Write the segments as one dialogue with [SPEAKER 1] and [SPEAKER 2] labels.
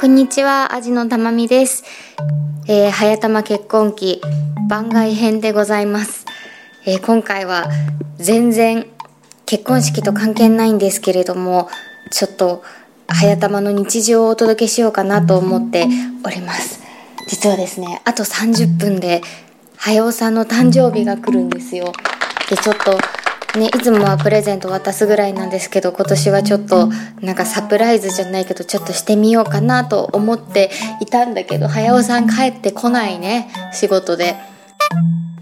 [SPEAKER 1] こんにちは、味のたまみです。えー、早玉結婚記番外編でございます。えー、今回は全然結婚式と関係ないんですけれども、ちょっと早玉の日常をお届けしようかなと思っております。実はですね、あと30分で早尾さんの誕生日が来るんですよ。で、ちょっとね、いつもはプレゼント渡すぐらいなんですけど今年はちょっとなんかサプライズじゃないけどちょっとしてみようかなと思っていたんだけど早尾さん帰ってこないね仕事で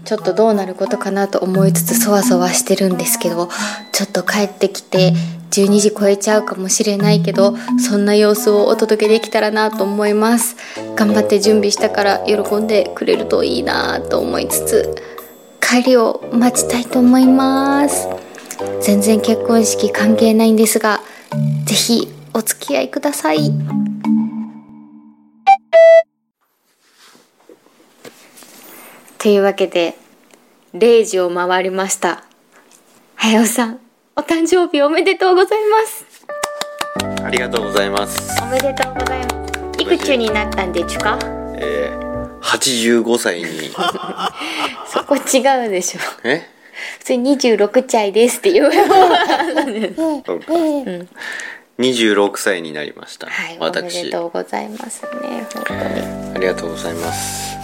[SPEAKER 1] ちょっとどうなることかなと思いつつそわそわしてるんですけどちょっと帰ってきて12時超えちゃうかもしれないけどそんな様子をお届けできたらなと思います頑張って準備したから喜んでくれるといいなと思いつつ帰りを待ちたいと思います全然結婚式関係ないんですがぜひお付き合いくださいというわけで0時を回りました早尾さんお誕生日おめでとうございます
[SPEAKER 2] ありがとうございます。
[SPEAKER 1] おめでとうございますいくつになったんでちゅか
[SPEAKER 2] えー、85歳に、
[SPEAKER 1] そこ違うでしょ
[SPEAKER 2] え
[SPEAKER 1] 普通に26歳ですって言う
[SPEAKER 2] そうか26歳になりました。
[SPEAKER 1] はいおめで
[SPEAKER 2] 私。
[SPEAKER 1] とうございますね本当に
[SPEAKER 2] ありがとうございます。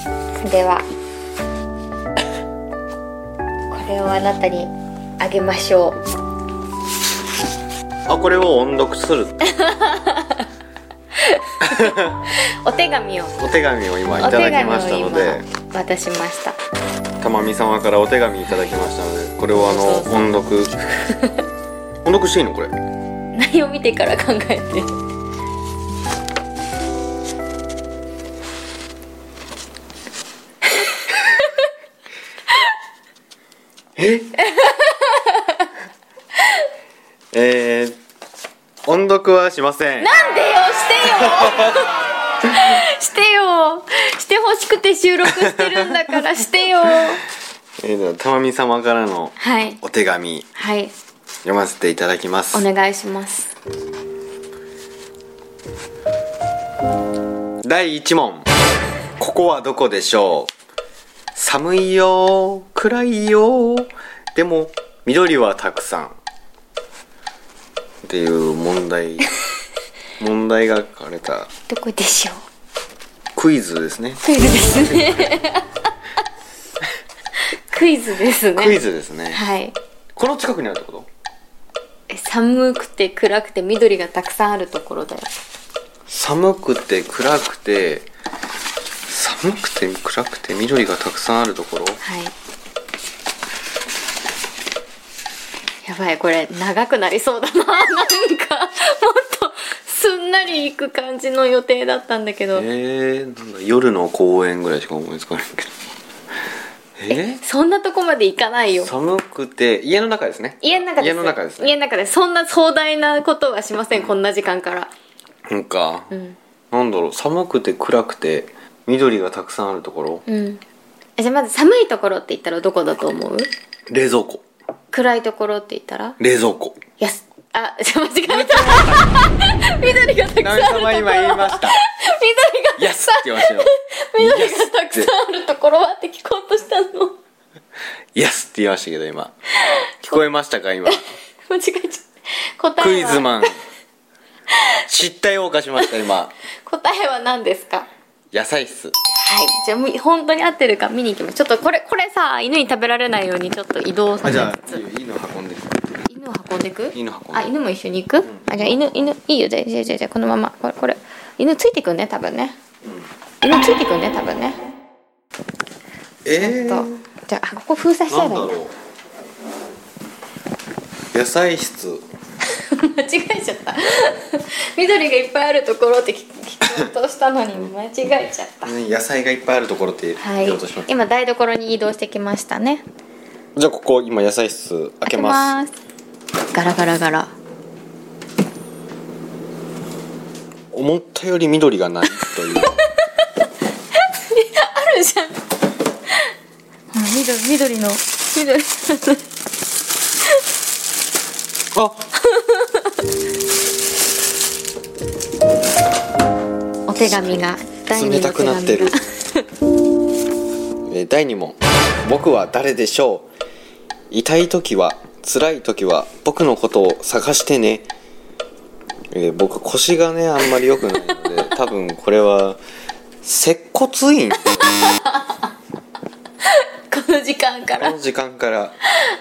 [SPEAKER 1] ではこれをあなたにあげましょう
[SPEAKER 2] あ、これを音読する。
[SPEAKER 1] お手紙を
[SPEAKER 2] お手紙を今い
[SPEAKER 1] お
[SPEAKER 2] た
[SPEAKER 1] 手
[SPEAKER 2] だき
[SPEAKER 1] 紙
[SPEAKER 2] ました
[SPEAKER 1] を
[SPEAKER 2] の
[SPEAKER 1] 今
[SPEAKER 2] で、
[SPEAKER 1] 渡しました
[SPEAKER 2] たまみ様からお手紙いただきましたので、これをあの、
[SPEAKER 1] そうそうそう
[SPEAKER 2] 音読。音読していいのこれ。
[SPEAKER 1] 内容見てから考えて
[SPEAKER 2] ええー、音読はしません。
[SPEAKER 1] なんでよしてよしてよしてほしくて収録してるんだ からしてよは
[SPEAKER 2] えー、ではたまみ様からの
[SPEAKER 1] い
[SPEAKER 2] お手紙。
[SPEAKER 1] はい
[SPEAKER 2] 読ませていただきます
[SPEAKER 1] お願いします
[SPEAKER 2] 第1問ここはどこでしょう寒いよ暗いよでも緑はたくさんっていう問 題問題が書かれた
[SPEAKER 1] どこでしょう
[SPEAKER 2] クイズですね
[SPEAKER 1] クイズですねクイズですね
[SPEAKER 2] クイズですね
[SPEAKER 1] はい
[SPEAKER 2] この近くにあるってこと
[SPEAKER 1] 寒くて暗くて緑がたくさんあるところだよ
[SPEAKER 2] 寒くて暗くて寒くて暗くて緑がたくさんあるところ
[SPEAKER 1] はいやばいこれ長くなりそうだななんかもっとすんなり行く感じの予定だったんだけど、
[SPEAKER 2] えー、なんだ夜の公園ぐらいしか思いつかないけどえー
[SPEAKER 1] そんなとこまで行かないよ
[SPEAKER 2] 寒くて家の中ですね
[SPEAKER 1] 家の中です
[SPEAKER 2] 家の中です
[SPEAKER 1] 家
[SPEAKER 2] ね
[SPEAKER 1] の中ですそんな壮大なことはしませんこんな時間から
[SPEAKER 2] なんか、
[SPEAKER 1] うん
[SPEAKER 2] なんだろう寒くて暗くて緑がたくさんあるところ
[SPEAKER 1] うんえじゃあまず寒いところって言ったらどこだと思う
[SPEAKER 2] 冷蔵庫
[SPEAKER 1] 暗いところって言ったら
[SPEAKER 2] 冷蔵庫
[SPEAKER 1] いやすあじゃあ間違えた緑がたくさんあるところ緑が
[SPEAKER 2] ました「
[SPEAKER 1] た
[SPEAKER 2] や
[SPEAKER 1] く
[SPEAKER 2] す
[SPEAKER 1] さん」
[SPEAKER 2] って言いましたよ
[SPEAKER 1] 緑がたくさんあるところはって聞こうとしたの
[SPEAKER 2] 「やす」って言いましたけど今聞こえましたか今
[SPEAKER 1] 間違えちゃった答
[SPEAKER 2] ク
[SPEAKER 1] え
[SPEAKER 2] イズ
[SPEAKER 1] は
[SPEAKER 2] マン失態を犯しました今
[SPEAKER 1] 答えは何ですか
[SPEAKER 2] 野菜室
[SPEAKER 1] はいじゃあみ本当に合ってるか見に行きますちょっとこれこれさ犬に食べられないようにちょっと移動さ
[SPEAKER 2] あ
[SPEAKER 1] せ
[SPEAKER 2] じゃ
[SPEAKER 1] つ
[SPEAKER 2] あ
[SPEAKER 1] つ
[SPEAKER 2] いいの運んで
[SPEAKER 1] 犬を運んでく
[SPEAKER 2] 犬運んで
[SPEAKER 1] あ犬も一緒に行く、あじゃあ犬犬いいよじゃあじゃあじゃあじゃあこのままこれこれ犬ついてくんね多分ね、犬ついてくんね多分ね
[SPEAKER 2] え
[SPEAKER 1] と
[SPEAKER 2] ー、
[SPEAKER 1] じゃああここ封鎖しちゃ
[SPEAKER 2] な
[SPEAKER 1] え
[SPEAKER 2] ん
[SPEAKER 1] ば
[SPEAKER 2] だ
[SPEAKER 1] いいな
[SPEAKER 2] ろう野菜室
[SPEAKER 1] 間違えちゃった 緑がいっぱいあるところって聞聞こうとしたのに間違えちゃった
[SPEAKER 2] 野菜がいっぱいあるところって
[SPEAKER 1] はい
[SPEAKER 2] 言おうとしました、
[SPEAKER 1] 今台所に移動してきましたね
[SPEAKER 2] じゃあここ今野菜室開けます
[SPEAKER 1] 開けますガラガラガラ
[SPEAKER 2] 思ったより緑がないという
[SPEAKER 1] あるじゃん緑緑の緑
[SPEAKER 2] あ
[SPEAKER 1] お
[SPEAKER 3] 手紙が第二
[SPEAKER 2] 冷
[SPEAKER 3] の
[SPEAKER 2] た
[SPEAKER 3] 手
[SPEAKER 2] くなって
[SPEAKER 3] 紙
[SPEAKER 2] る
[SPEAKER 3] が
[SPEAKER 2] えー第2問僕は誰でしょう痛い時は辛い時は僕のことを探してね、えー僕腰がねあんまり良くないの で多分これは接骨院
[SPEAKER 1] この時間か
[SPEAKER 2] こ
[SPEAKER 1] ら
[SPEAKER 2] の時間から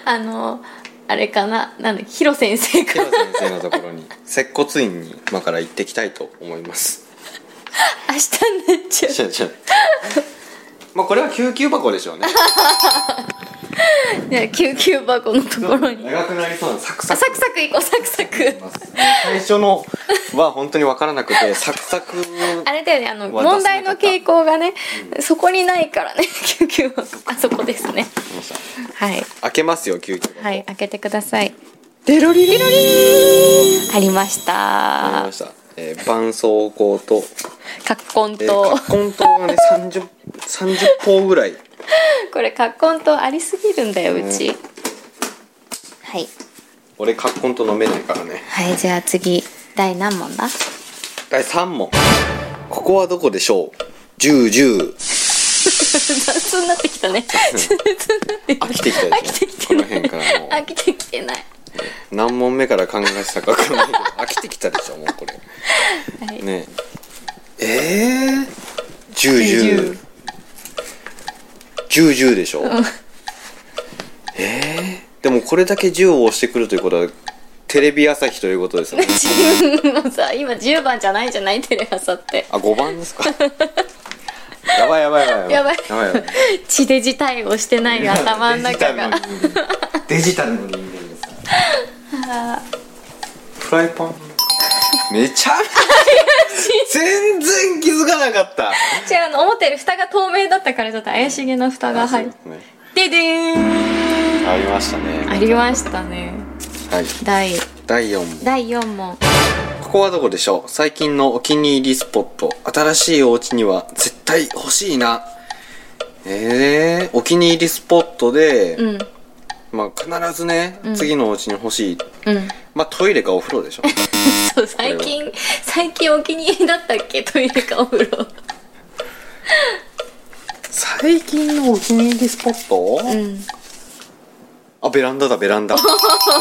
[SPEAKER 1] あのあれかななんだヒロ先生
[SPEAKER 2] 平
[SPEAKER 1] から
[SPEAKER 2] 先生のところに接骨院に今から行ってきたいと思います
[SPEAKER 1] 明日になっちゃう
[SPEAKER 2] 違う違うまあこれは救急箱でしょうね
[SPEAKER 1] ね救急箱のところに
[SPEAKER 2] 長くなりそうなサ クサ
[SPEAKER 1] あ
[SPEAKER 2] ク
[SPEAKER 1] サクサク行こうサクサク
[SPEAKER 2] 最初のは本当に分からな くてサクサク
[SPEAKER 1] あれだよねあの
[SPEAKER 2] わ出せな
[SPEAKER 1] 問題の
[SPEAKER 2] かった
[SPEAKER 1] 傾向がね、そこにないからね 救急箱あそこですねはい
[SPEAKER 2] 開けますよ救急箱
[SPEAKER 1] はい開けてください
[SPEAKER 2] デロリリロリ
[SPEAKER 1] ありまし
[SPEAKER 2] あり
[SPEAKER 1] た
[SPEAKER 2] ました、えー、絆創膏と、
[SPEAKER 1] 葛根
[SPEAKER 2] えー、
[SPEAKER 1] と
[SPEAKER 2] カッコン糖がね 30, 30本ぐらい
[SPEAKER 1] これ葛根とありすぎるんだようち、
[SPEAKER 2] う
[SPEAKER 3] はい
[SPEAKER 2] 俺カッコン糖飲めないからね
[SPEAKER 3] はいじゃあ次第何問 だ
[SPEAKER 2] 第3問ここはどこでしょう1010
[SPEAKER 1] 雑になってきたね雑になってきた
[SPEAKER 2] 飽きてきた
[SPEAKER 1] 飽
[SPEAKER 2] で
[SPEAKER 1] き
[SPEAKER 2] して
[SPEAKER 1] き
[SPEAKER 2] ょこ
[SPEAKER 1] て
[SPEAKER 2] の
[SPEAKER 1] な
[SPEAKER 2] 辺
[SPEAKER 1] い
[SPEAKER 2] からもう
[SPEAKER 1] 飽きてきてない
[SPEAKER 2] 何問目から考えてたか分かん ないけど飽きてきたでしょもうこれ、
[SPEAKER 1] はい
[SPEAKER 2] ねええー、1010 10 10でしょ、ええー、でもこれだけ10を押してくるということはテレビ朝日ということですよね
[SPEAKER 1] もうさ今10番じゃないじゃないテレ朝って
[SPEAKER 2] あ5番 ですかやばいやばいやばい
[SPEAKER 1] やばい
[SPEAKER 2] やばいやばい
[SPEAKER 1] 地デジ対応してないよ頭の中が
[SPEAKER 2] デジタルの人間ですフライパンめちゃめちゃ全然気づかなかった
[SPEAKER 1] 違うあの思ったより蓋が透明だったからちょっと怪しげな蓋が入っ
[SPEAKER 2] そうですね
[SPEAKER 1] てでーん
[SPEAKER 2] ありましたね
[SPEAKER 1] ありましたね
[SPEAKER 2] はい
[SPEAKER 1] 第
[SPEAKER 2] 第4問
[SPEAKER 1] 第4問
[SPEAKER 2] ここはどこでしょう最近のお気に入りスポット新しいお家には絶対欲しいなえー、お気に入りスポットで、
[SPEAKER 1] うん
[SPEAKER 2] まあ必ずね、次のお家に欲しい
[SPEAKER 1] うん
[SPEAKER 2] まあトイレかお風呂でしょ
[SPEAKER 1] そう最近最近お気に入りだったっけトイレかお風呂
[SPEAKER 2] 最近のお気に入りスポット、
[SPEAKER 1] うん
[SPEAKER 2] あベランダだベ ランダベ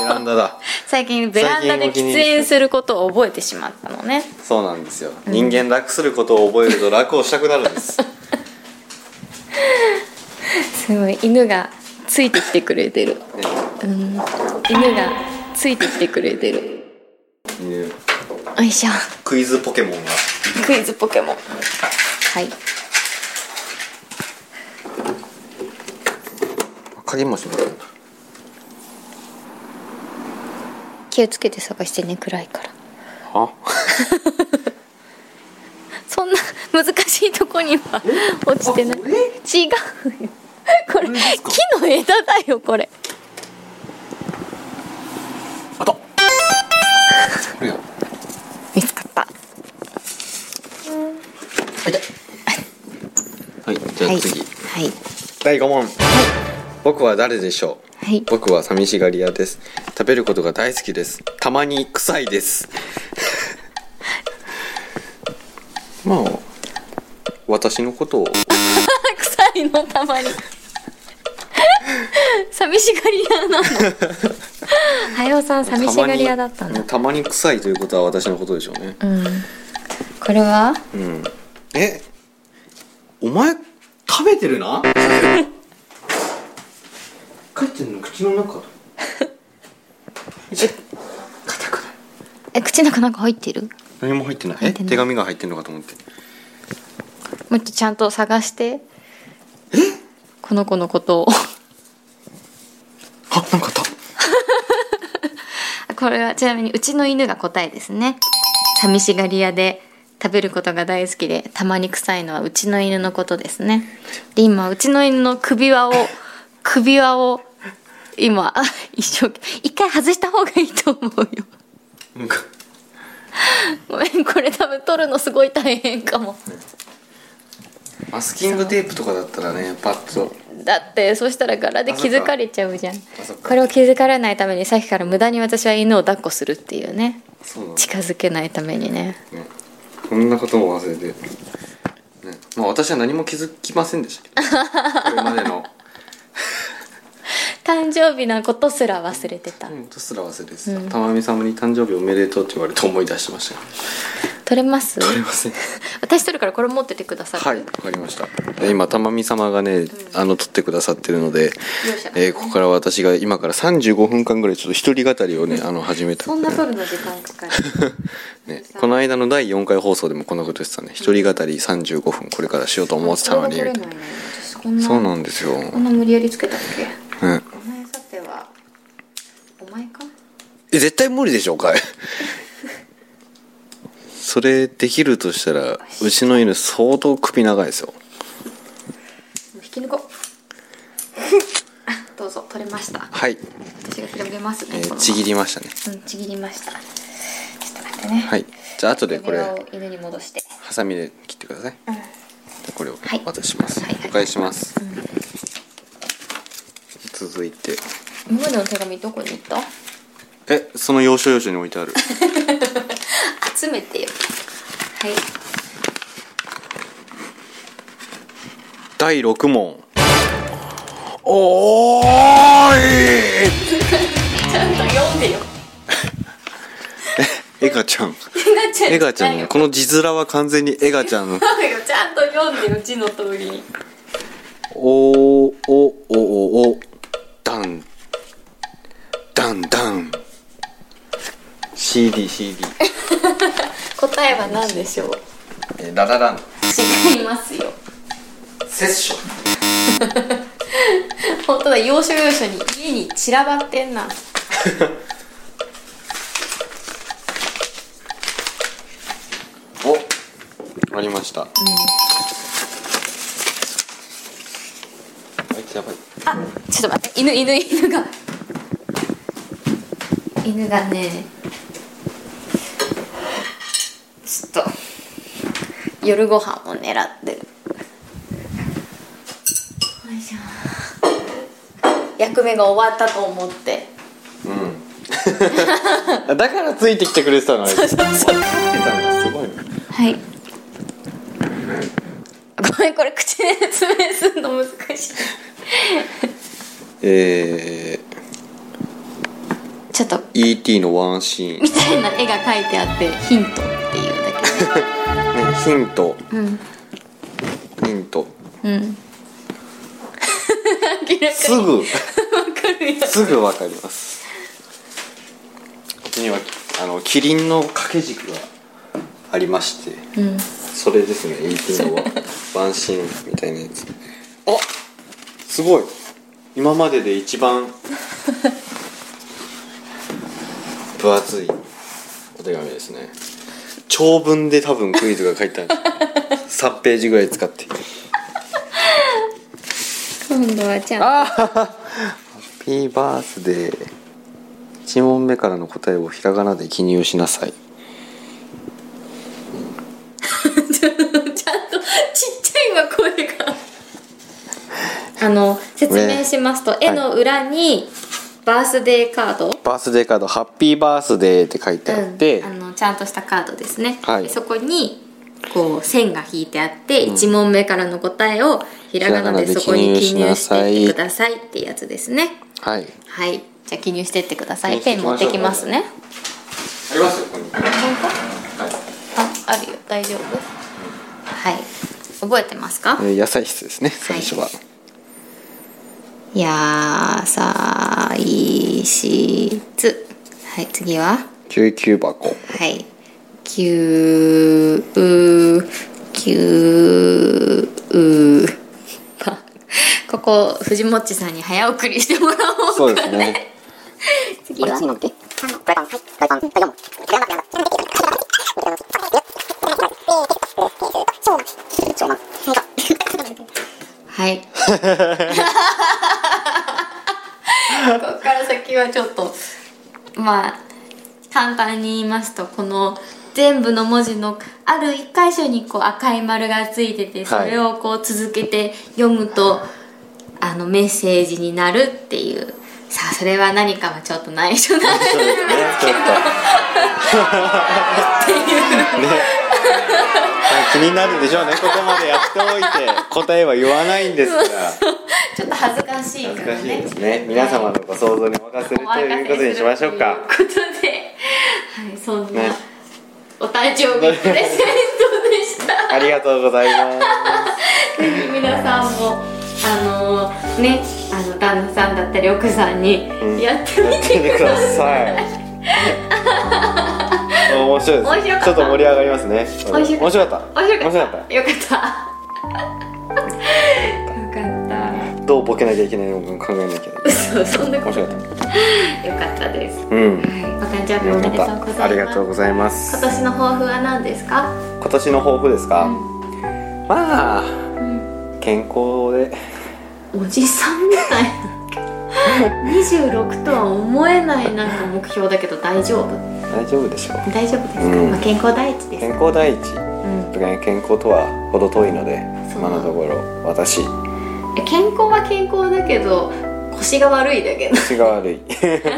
[SPEAKER 2] ランダだ
[SPEAKER 1] 最近ベランダで
[SPEAKER 2] 最
[SPEAKER 1] 喫
[SPEAKER 2] 近お気に入り
[SPEAKER 1] 煙することを覚えてしまったのね
[SPEAKER 2] そうなんですよ、人間楽することを覚えると楽をしたくなるんです
[SPEAKER 1] すごい犬がついてきてくれてる
[SPEAKER 2] ね
[SPEAKER 1] 犬がついてきてくれてる
[SPEAKER 2] いう
[SPEAKER 1] よいしょ
[SPEAKER 2] クイズポケモンが
[SPEAKER 1] クイズポケモンはい
[SPEAKER 2] 鍵も閉めるんだ
[SPEAKER 3] 気をつけて探してね暗いから
[SPEAKER 2] あ
[SPEAKER 1] そんな 難しいとこには落ちてない違うよこれ木の枝だよこれ
[SPEAKER 2] あとこ れよ
[SPEAKER 1] 見つかった
[SPEAKER 2] はいじゃあ次、
[SPEAKER 3] はい
[SPEAKER 2] 第5問僕は誰でしょう
[SPEAKER 3] はい
[SPEAKER 2] 僕は寂しがり屋です食べることが大好きですたまに臭いです まあ私のことを
[SPEAKER 1] 臭いのたまに 寂しがり屋なの
[SPEAKER 3] はよさん寂しがり屋だったん
[SPEAKER 2] たま
[SPEAKER 3] だ
[SPEAKER 2] にたまに臭いということは私のことでしょうね
[SPEAKER 3] うんこれは
[SPEAKER 2] うんえお前食べて るな帰ってんの口の中 だ 硬くない
[SPEAKER 3] え口の中なんか入ってる
[SPEAKER 2] 何も入ってない
[SPEAKER 3] 入
[SPEAKER 2] え
[SPEAKER 3] ってない
[SPEAKER 2] 手紙が入ってんのかと思って
[SPEAKER 3] もっとちゃんと探してこの子のことを
[SPEAKER 2] あなんかあった
[SPEAKER 3] これはちなみにうちの犬が答えですね寂しがり屋で食べることが大好きでたまに臭いのはうちの犬のことですねで今うちの犬の首 輪を首輪を今 一生懸命一回外した方がいいと思うよ
[SPEAKER 2] なんか
[SPEAKER 1] ごめんこれ多分取るのすごい大変かも
[SPEAKER 2] マスキングテープとかだったらねパッと
[SPEAKER 1] だってそしたら柄で気づかれちゃうじゃん
[SPEAKER 2] あそっか
[SPEAKER 1] これを気づかれないためにさっきから無駄に私は犬を抱っこするっていうね
[SPEAKER 2] そうなんだ
[SPEAKER 1] 近づけないためにね
[SPEAKER 2] ねそんなことも忘れて、ねまあ、私は何も気づきませんでした けどこれまでの
[SPEAKER 1] 誕生日なことすら忘れてた、
[SPEAKER 2] うんとすら忘れてた、たまみさんに誕生日おめでとうって言われて思い出しましたけど
[SPEAKER 1] 取れます
[SPEAKER 2] 取れません
[SPEAKER 1] 私取るからこれ持っててくださ
[SPEAKER 2] はいわかりましたえ今たまみ様がねあの撮ってくださってるので
[SPEAKER 1] 容赦、
[SPEAKER 2] えーここから私が今から35分間ぐらいちょっと一人語りをねあの始めた
[SPEAKER 1] そんな取るの時間かかる
[SPEAKER 2] ね、この間の第4回放送でもこんなこと言ってたね一人語り35分これからしようと思ってたのにみ
[SPEAKER 1] それ
[SPEAKER 2] たい
[SPEAKER 1] が
[SPEAKER 2] な
[SPEAKER 1] 取れないね私こん
[SPEAKER 2] そう
[SPEAKER 1] な
[SPEAKER 2] なんですよ、
[SPEAKER 1] こんな無理やりつけたっけ
[SPEAKER 2] うん、
[SPEAKER 1] お前さてはお前か
[SPEAKER 2] え絶対無理でしょうかい それできるとしたらうちの犬相当首長いですよ
[SPEAKER 1] 引き抜こう あどうぞ取れました
[SPEAKER 2] はい、
[SPEAKER 1] 私が広げます
[SPEAKER 2] え
[SPEAKER 1] ね、こ
[SPEAKER 2] ー
[SPEAKER 1] の
[SPEAKER 2] ちぎりましたね
[SPEAKER 1] うん、ちぎりましたちょっと待ってね
[SPEAKER 2] はいじゃあ後でこれ
[SPEAKER 1] 首輪を犬に戻して
[SPEAKER 2] ハサミで切ってください、じゃあこれを
[SPEAKER 1] はい
[SPEAKER 2] 渡します、
[SPEAKER 1] はいはい
[SPEAKER 2] お返しします、続いて
[SPEAKER 1] 今までの手紙どこに行った
[SPEAKER 2] えその要所要所に置いてある
[SPEAKER 1] 集めてよはい
[SPEAKER 2] 第6問おーい
[SPEAKER 1] ちゃんと読んでよ
[SPEAKER 2] エガ ちゃん
[SPEAKER 1] なっちゃう
[SPEAKER 2] エガちゃん
[SPEAKER 1] よ
[SPEAKER 2] のこの字面は完全にエガちゃん の
[SPEAKER 1] ちゃんと読んでよ字の通りに
[SPEAKER 2] おーおおおおダンダンダン CDCD
[SPEAKER 1] 答えは何でしょう
[SPEAKER 2] ラララン
[SPEAKER 1] 違いますよ
[SPEAKER 2] セッション
[SPEAKER 1] 本当だ要所要所に家に散らばってんな
[SPEAKER 2] おありました、あいつやばい
[SPEAKER 1] あちょっと待って犬犬犬が犬がねちょっと夜ご飯を狙ってるよいしょ役目が終わったと思 って
[SPEAKER 2] あだからついてきてくれてたのあいつすごいね
[SPEAKER 1] はいごめんこれ口で説明するの難しい
[SPEAKER 2] え
[SPEAKER 1] ちょっと
[SPEAKER 2] ー、E.T. のワンシーン、
[SPEAKER 1] みたいな絵が描いてあってヒントっていうだけ
[SPEAKER 2] ねヒント
[SPEAKER 1] うん
[SPEAKER 2] ヒント
[SPEAKER 1] うん明らか
[SPEAKER 2] す
[SPEAKER 1] に
[SPEAKER 2] ぐ
[SPEAKER 1] わかるよ
[SPEAKER 2] すぐわかりますここにはあのキリンの掛け軸がありまして、
[SPEAKER 1] ん
[SPEAKER 2] それですね E.T. のワンワンシーンみたいなやつあすごい今までで一番分厚いお手紙ですね長文で多分クイズが書いてある3ページぐらい使って
[SPEAKER 1] 今度はちゃん
[SPEAKER 2] ハッピーバースデー1問目からの答えをひらがなで記入しなさい
[SPEAKER 1] とちゃんとちっちゃいわ声があの説明しますと、絵の裏にバースデーカード、
[SPEAKER 2] バースデーカード「ハッピーバースデー」って書いてあって、
[SPEAKER 1] うん、あのちゃんとしたカードですね、
[SPEAKER 2] はい
[SPEAKER 1] そこにこう線が引いてあって、一1問目からの答えをひらがなでそこに記
[SPEAKER 2] ひらが
[SPEAKER 1] 入
[SPEAKER 2] なで記入しな
[SPEAKER 1] し
[SPEAKER 2] さい
[SPEAKER 1] ていってくださいってやつですね
[SPEAKER 2] はい
[SPEAKER 1] はいじゃあ記入してってください
[SPEAKER 2] 記
[SPEAKER 1] ペ
[SPEAKER 2] 入してい
[SPEAKER 1] ン
[SPEAKER 2] きま
[SPEAKER 1] 持っ
[SPEAKER 2] しょ
[SPEAKER 1] て
[SPEAKER 2] う
[SPEAKER 1] きますね
[SPEAKER 2] ありますよここに、
[SPEAKER 1] ああるよ大丈夫はい覚えてますか、
[SPEAKER 2] えー野菜室ですね最初は、
[SPEAKER 1] やさいしつはい次は
[SPEAKER 2] 救急 箱
[SPEAKER 1] はいきゅうきゅうばここ藤もっちさんに早送りしてもらおう
[SPEAKER 2] そうですね
[SPEAKER 1] 次ははい。ここから先はちょっとまあ簡単に言いますとこの全部の文字のある一箇所にこう赤い丸がついててそ
[SPEAKER 2] はい
[SPEAKER 1] れをこう続けて読むと、あのメッセージになるっていうさあそれは何かはちょっと内緒なんですけど
[SPEAKER 2] そうですねちょっ
[SPEAKER 1] っていう。
[SPEAKER 2] 気になるでしょうねここまでやっておいて答えは言わないんです から
[SPEAKER 1] ちょっと恥ずかしい
[SPEAKER 2] 恥ず
[SPEAKER 1] から
[SPEAKER 2] かしい
[SPEAKER 1] ね
[SPEAKER 2] ですね皆様のご想像にお任せ
[SPEAKER 1] お
[SPEAKER 2] る
[SPEAKER 1] 任せ
[SPEAKER 2] ということにしましょうか
[SPEAKER 1] するということではいそんな、
[SPEAKER 2] ね
[SPEAKER 1] お誕生日プレゼントでした
[SPEAKER 2] ありがとうございます
[SPEAKER 1] ぜひ皆さんもあのねあの旦那さんだったり奥さんに
[SPEAKER 2] うん
[SPEAKER 1] やってみ
[SPEAKER 2] やっ
[SPEAKER 1] て
[SPEAKER 2] てみて
[SPEAKER 1] く
[SPEAKER 2] く
[SPEAKER 1] だ
[SPEAKER 2] だ
[SPEAKER 1] さい、
[SPEAKER 2] さい面白いです
[SPEAKER 1] 面白かった
[SPEAKER 2] ちょっと盛り上がりますね
[SPEAKER 1] 面白か
[SPEAKER 2] 面白
[SPEAKER 1] 面白かっ
[SPEAKER 2] かった
[SPEAKER 1] た
[SPEAKER 2] 面白か
[SPEAKER 1] よかったよかっ
[SPEAKER 2] どうボケなきゃいけないのか考えなきゃいけない
[SPEAKER 1] た嘘そんなこと
[SPEAKER 2] 面白
[SPEAKER 1] よ
[SPEAKER 2] かった
[SPEAKER 1] かったですは
[SPEAKER 2] うん
[SPEAKER 1] いお誕生日おめでとうございます
[SPEAKER 2] ありがとうございます
[SPEAKER 1] 今年の抱負は何ですか
[SPEAKER 2] 今年の抱負ですか、まあ、健康で
[SPEAKER 1] おじさんみたいな26とは思えないなんか目標だけど大丈夫
[SPEAKER 2] 大丈夫でしょう
[SPEAKER 1] 大丈夫ですか、
[SPEAKER 2] うん
[SPEAKER 1] まあ、健康第一です
[SPEAKER 2] 健康第一
[SPEAKER 1] うん
[SPEAKER 2] とかね健康とは程遠いので
[SPEAKER 1] そう
[SPEAKER 2] 今のところ私
[SPEAKER 1] 健康は健康だけど腰が悪いだけど
[SPEAKER 2] 腰が 悪いそうです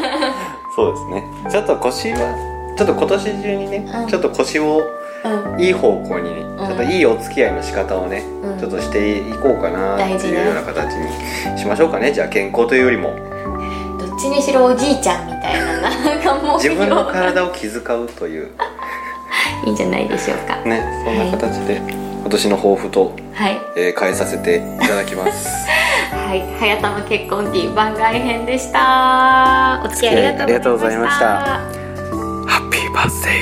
[SPEAKER 2] ねちょっと腰はちょっと今年中にね、
[SPEAKER 1] うん
[SPEAKER 2] ちょっと腰を
[SPEAKER 1] うん
[SPEAKER 2] いい方向にね、
[SPEAKER 1] うん
[SPEAKER 2] ちょっといいお付き合いの仕方をね、
[SPEAKER 1] うん
[SPEAKER 2] ちょっとしていこうかなって
[SPEAKER 1] 大事
[SPEAKER 2] いう
[SPEAKER 1] ね
[SPEAKER 2] ような形にしましょうかねじゃあ健康というよりも
[SPEAKER 1] どっちにしろおじいちゃんみたいななんかもう
[SPEAKER 2] 自分の体を気遣うという
[SPEAKER 1] いいんじゃないでしょうか
[SPEAKER 2] ねそんな形で今年の抱負と、
[SPEAKER 1] はい
[SPEAKER 2] えー変えさせていただきます
[SPEAKER 1] はい早玉結婚期番外編でしたお付き合いありがとうございました
[SPEAKER 2] ハッピーバースデー